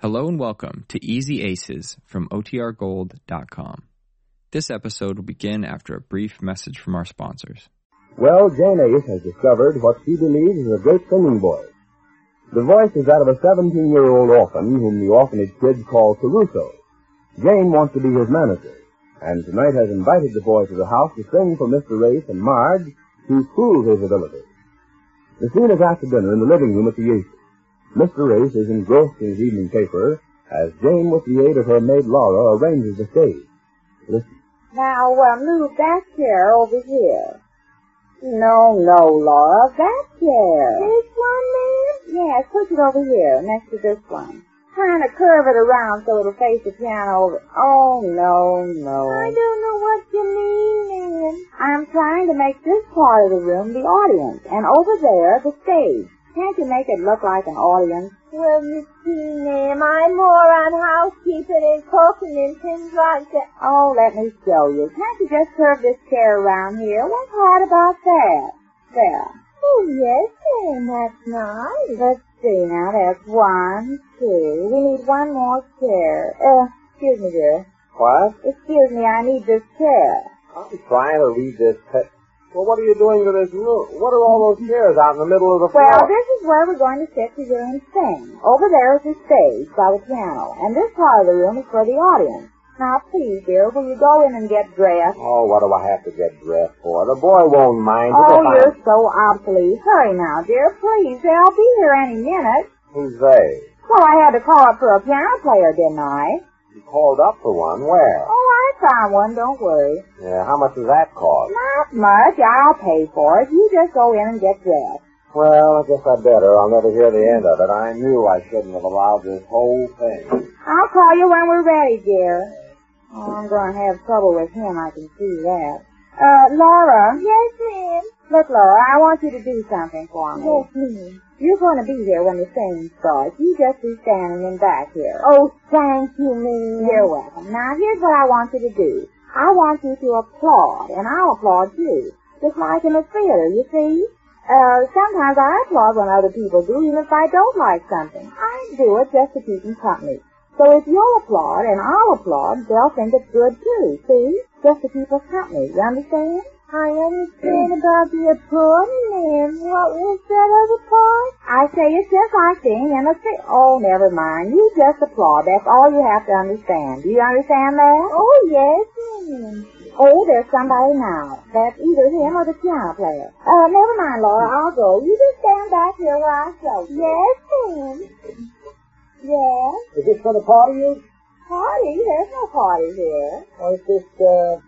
Hello and welcome to Easy Aces from OTRGold.com. This episode will begin after a brief message from our sponsors. Well, Jane Ace has discovered what she believes is a great singing voice. The voice is that of a 17-year-old orphan whom the orphanage kids call Caruso. Jane wants to be his manager, and tonight has invited the boy to the house to sing for Mr. Race and Marge to prove his ability. The scene is after dinner in the living room at the Aces. Mr. Race is engrossed in his evening paper as Jane, with the aid of her maid Laura, arranges the stage. Listen. Now, uh, move that chair over here. No, no, Laura, that chair. This one, ma'am? Yes, push it over here, next to this one. Kind of curve it around so it'll face the piano over. Oh, no, no. I don't know what you mean, ma'am. I'm trying to make this part of the room the audience, and over there, the stage. Can't you make it look like an audience? Well, you see, ma'am, I'm more on housekeeping and cooking and things like that. Oh, let me show you. Can't you just curve this chair around here? What's hard about that? There. Oh, yes, ma'am, that's nice. Let's see now. That's one, two. We need one more chair. Uh, excuse me, dear. What? Excuse me, I need this chair. I'm trying to read this text. Well, what are you doing to this room? What are all those chairs out in the middle of the floor? Well, this is where we're going to sit to hear him sing. Over there is the stage by the piano, and this part of the room is for the audience. Now, please, dear, will you go in and get dressed? Oh, what do I have to get dressed for? The boy won't mind. Oh, He'll you're find- so obsolete. Hurry now, dear, please. They'll be here any minute. Who's they? Well, I had to call up for a piano player, didn't I? You called up for one. Where? Oh, I found one, don't worry. Yeah, how much does that cost? Not much. I'll pay for it. You just go in and get dressed. Well, I guess I better. I'll never hear the end of it. I knew I shouldn't have allowed this whole thing. I'll call you when we're ready, dear. Oh, I'm going to have trouble with him. I can see that. Uh, Laura. Yes, ma'am. Look, Laura, I want you to do something for me. Yes, ma'am. You're going to be here when the singing starts. You just be standing in back here. Oh, thank you, ma'am. You're welcome. Now, here's what I want you to do. I want you to applaud, and I'll applaud you. Just like in a theater, you see? Uh, sometimes I applaud when other people do, even if I don't like something. I do it just to keep them company. So if you'll applaud and I'll applaud, they'll think it's good too, see? Just to keep us company, you understand? I understand about the applauding, ma'am. What was that other part? I say it's just like being in a theater. Oh, never mind. You just applaud. That's all you have to understand. Do you understand that? Oh, yes, ma'am. Oh, there's somebody now. That's either him or the piano player. Uh, never mind, Laura. I'll go. You just stand back here where I show you. Yes, ma'am. Yes. Is this for the party, you? Party? There's no party here. Or is this, uh,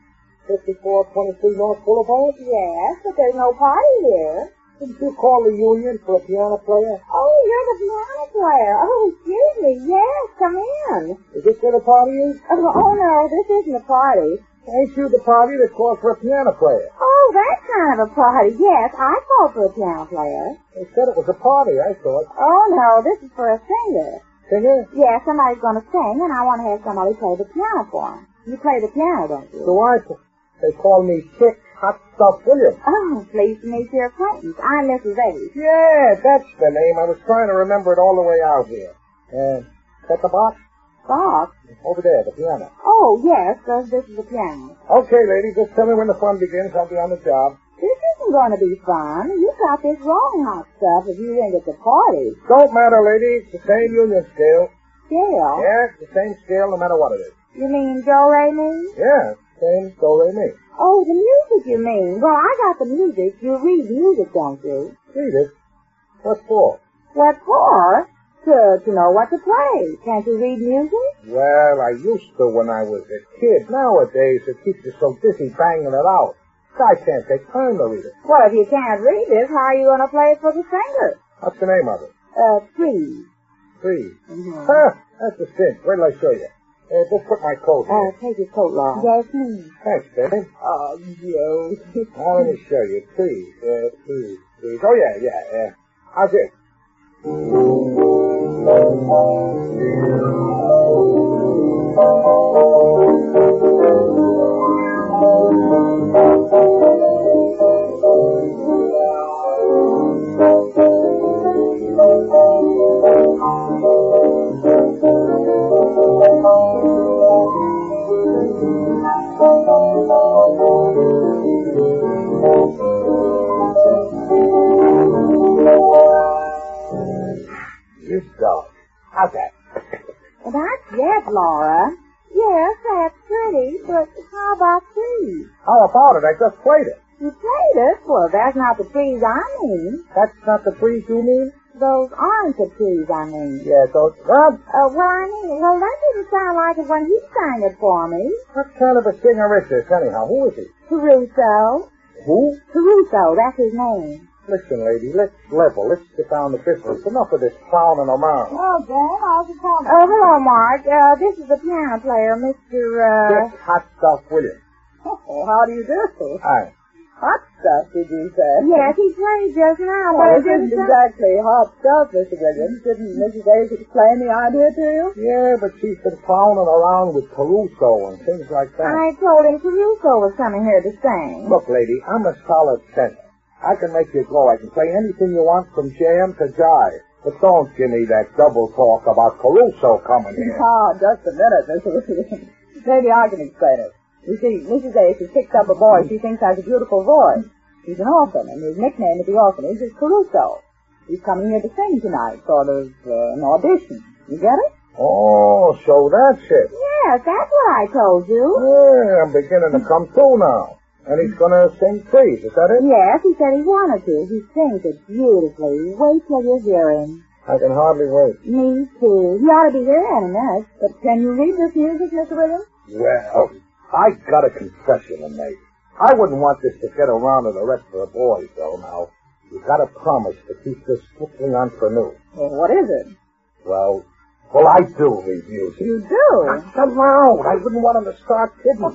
5423 North Boulevard? Yes, but there's no party here. Didn't you call the union for a piano player? Oh, you're the piano player. Oh, excuse me. Yes, come in. Is this where the party is? Oh, oh no, this isn't a party. Ain't you the party that called for a piano player? Oh, that kind of a party. Yes, I called for a piano player. They said it was a party, I thought. Oh, no, this is for a singer. Singer? Yeah, somebody's going to sing, and I want to have somebody play the piano for him. You play the piano, don't you? So I, they call me Chick Hot Stuff Williams. Oh, pleased to meet your acquaintance. I'm Mrs. Ace. Yeah, that's the name. I was trying to remember it all the way out here. Uh, is that the box? Bob? Over there, the piano. Oh, yes, uh, this is the piano. Okay, ladies, just tell me when the fun begins. I'll be on the job. This isn't going to be fun. You got this wrong hot stuff if you didn't get the party. Don't matter, lady. It's the same union scale. Gail? Yeah, it's the same scale no matter what it is. You mean Joe Raymond? Yeah, same do re mi. Oh, the music you mean. Well, I got the music. You read music, don't you? Read it. What for? What for? To, to know what to play. Can't you read music? Well, I used to when I was a kid. Nowadays, it keeps you so busy banging it out. I can't take time to read it. Well, if you can't read this, how are you going to play it for the singer? What's the name of it? Uh, please. Please. Mm-hmm. Huh, Ah, that's a cinch. Wait till I show you. Uh, just put my coat Uh, here. take your coat, Laura. Yes, ma'am. Thanks, baby. Oh, Joe. Now let me show you. Please, uh, please, please. Oh, yeah, yeah, yeah. How's it? Not yet, Laura. Yes, that's pretty, but how about trees? How about it? I just played it. You played us? Well, that's not the trees I mean. That's not the trees you mean? Those aren't the trees I mean. Yeah, so, Rob, Uh, well, I mean, well, that didn't sound like it when he sang it for me. what kind of a singer is this, anyhow? Who is he? Caruso. Who? Caruso, that's his name. Listen, lady, let's level. Let's get down to business. Enough of this clowning around. Well, Dad, how's it Oh, coming? hello, Mark. Uh, this is the piano player, Mr., uh... Get hot stuff, will you? Oh, how do you do? Hi. Hot stuff, did you say? Yes, he played just now, Well, but it it isn't didn't sound- Oh, exactly hot stuff, Mr. Williams. Didn't Mrs. Davis explain the idea to you? Yeah, but she's been clowning around with Caruso and things like that. I told him Caruso was coming here to sing. Look, lady, I'm a solid tenor. I can make you go. I can play anything you want from jam to jive. But don't give me that double talk about Caruso coming here. Ah, just a minute, Mr. Williams. Maybe I can explain it. You see, Mrs. Davis has picked up a boy she thinks has a beautiful voice. He's an orphan, and his nickname at the orphanage is Caruso. He's coming here to sing tonight, sort of uh, an audition. You get it? Oh, so that's it. Yes, that's what I told Oh, you. Yeah, I'm beginning to come through now. And he's gonna sing trees, is that it? Yes, he said he wanted to. He sings it beautifully. Wait till you hear him. I can hardly wait. Me too. He ought to be here any minute. But can you read this music, Mr. Williams? Well, I got a confession to make. I wouldn't want this to get around to the rest of the boys, though, now. You gotta promise to keep this strictly unfrenew. Well, what is it? Well, well, I do read music. You do? Not around. I wouldn't want him to start kidding me.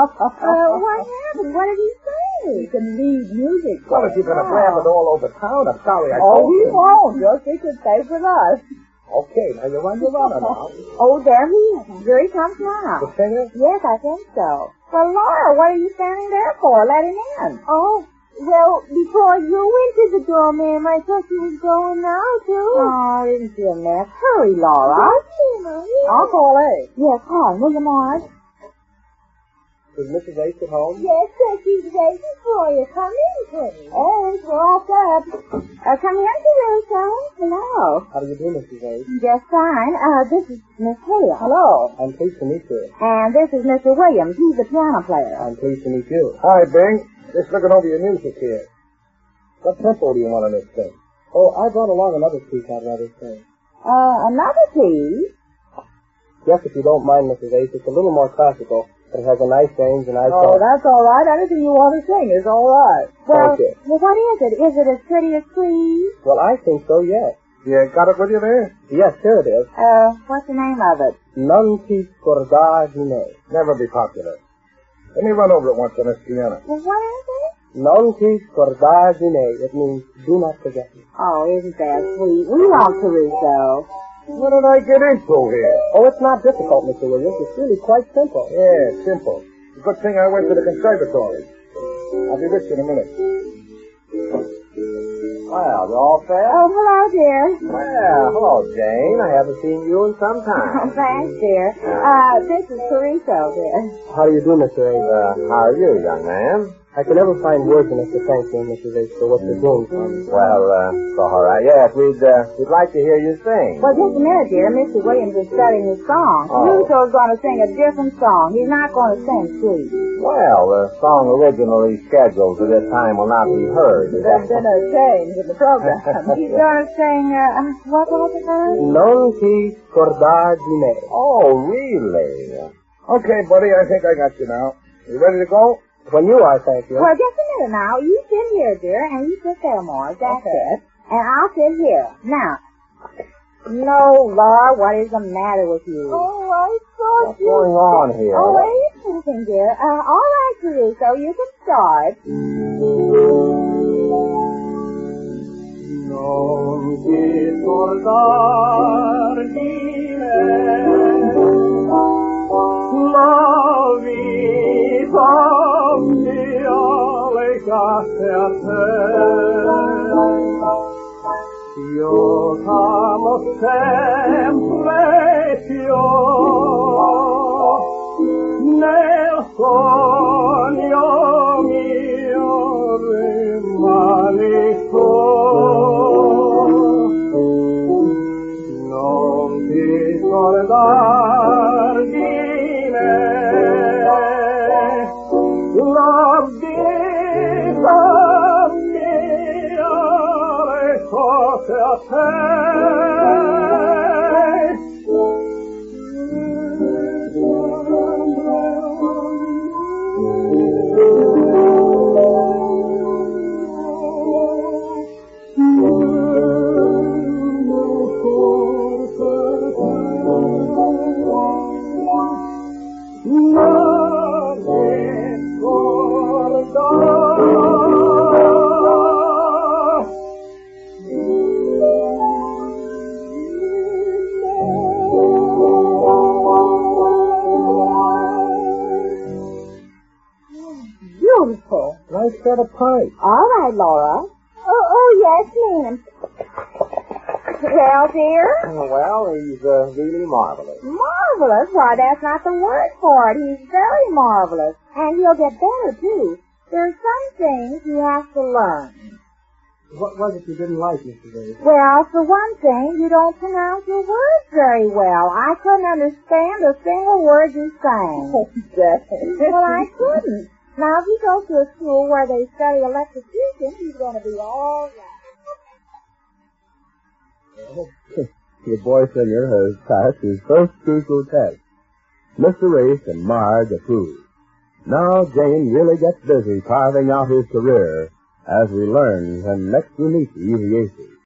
Uh, what happened? What did he You say? can read music. Well, if you're gonna blab it all over town, I'm sorry I Oh, told we you. won't. Just stick to stay with us. Okay, now you're on your honor now. Oh, there he is. Here he comes now. The singer? Yes, I think so. Well, Laura, what are you standing there for? Let him in. Oh, well, before you went to the door, ma'am, I thought you was going now, too. Oh, didn't see a mess. Hurry, Laura. Yes, ma'am, I I'll call A. Yes, hi, will you, Marge? Is Mrs. Ace at home? Yes, sir, she's waiting for you. Come in, please. Hey, what's up? Uh, come in, Caruso. Hello. How do you do, Mrs. Ace? Just fine. Uh, this is Miss Hale. Hello. I'm pleased to meet you. And this is Mr. Williams. He's the piano player. I'm pleased to meet you. Hi, Bing. Just looking over your music here. What tempo do you want on this thing? Oh, I brought along another piece I'd rather sing. Uh, another tea? Yes, if you don't mind, Mrs. Ace, it's a little more classical, but it has a nice range and I Oh, that's all right. Anything you want to sing is all right. Well, Okay. well, what is it? Is it as pretty as trees? Well, I think so, yes. You got it with you there? Yes, here it is. Uh, what's the name of it? Non ti scordardine. Never be popular. Let me run over it once on this piano. Well, what is it? Non ti scordardine. It means do not forget me. Oh, isn't that sweet? We want Caruso. What did I get into here? Oh, it's not difficult, Mr. Williams. It's really quite simple. Yeah, simple. Good thing I went to the conservatory. I'll be with you in a minute. Well, you all fair? Oh, hello, dear. Well, hello, Jane. I haven't seen you in some Oh, time. thanks, dear. Uh, this is Caruso, dear. How do you do, Mr. Ace? Uh, how are you, young man? I can never find words enough to thank you, Mrs. Ace, for what you're doing for me. Well, uh, it's all right. Yes, we'd, uh, we'd like to hear you sing. Well, just a minute, dear. Mr. Williams is studying his song. Oh. Caruso's going to sing a different song. He's not going to sing sweet. Well, the song originally scheduled for this time will not be heard. Is There's been a change in the program. He's going to sing, uh, uh, what was it, Vern? Non ti scordar di me. Oh, really? Okay, buddy, I think I got you now. You ready to go? When you are, thank you. Well, just a minute now. You sit here, dear, and you sit there, Morris. That's it. And I'll sit here. Now. No, Laura, what is the matter with you? Oh, I thought What's you... going on here? Oh, wait a second, dear. Uh, all right, Caruso, you can start. Non ti scordar di me. La vita mia legate a te. Io t'amo sempre più nel sogno mio rimani tu. Non ti Beautiful. Nice set of pipes. All right, Laura. Oh, oh, yes, ma'am. Well, dear, Well, he's uh, really marvelous. Marvelous? Why, that's not the word for it. He's very marvelous. And he'll get better, too. There's some things you have to learn. What was it you didn't like, Mr. Davis? Well, for one thing, you don't pronounce your words very well. I couldn't understand a single word you sang. well, I couldn't. Now, if you go to a school where they study electrocution, he's going to be all right. Your boy singer has passed his first crucial test. Mr. Race and Marge approve. Now Jane really gets busy carving out his career as we learn when next we meet Easy Aces.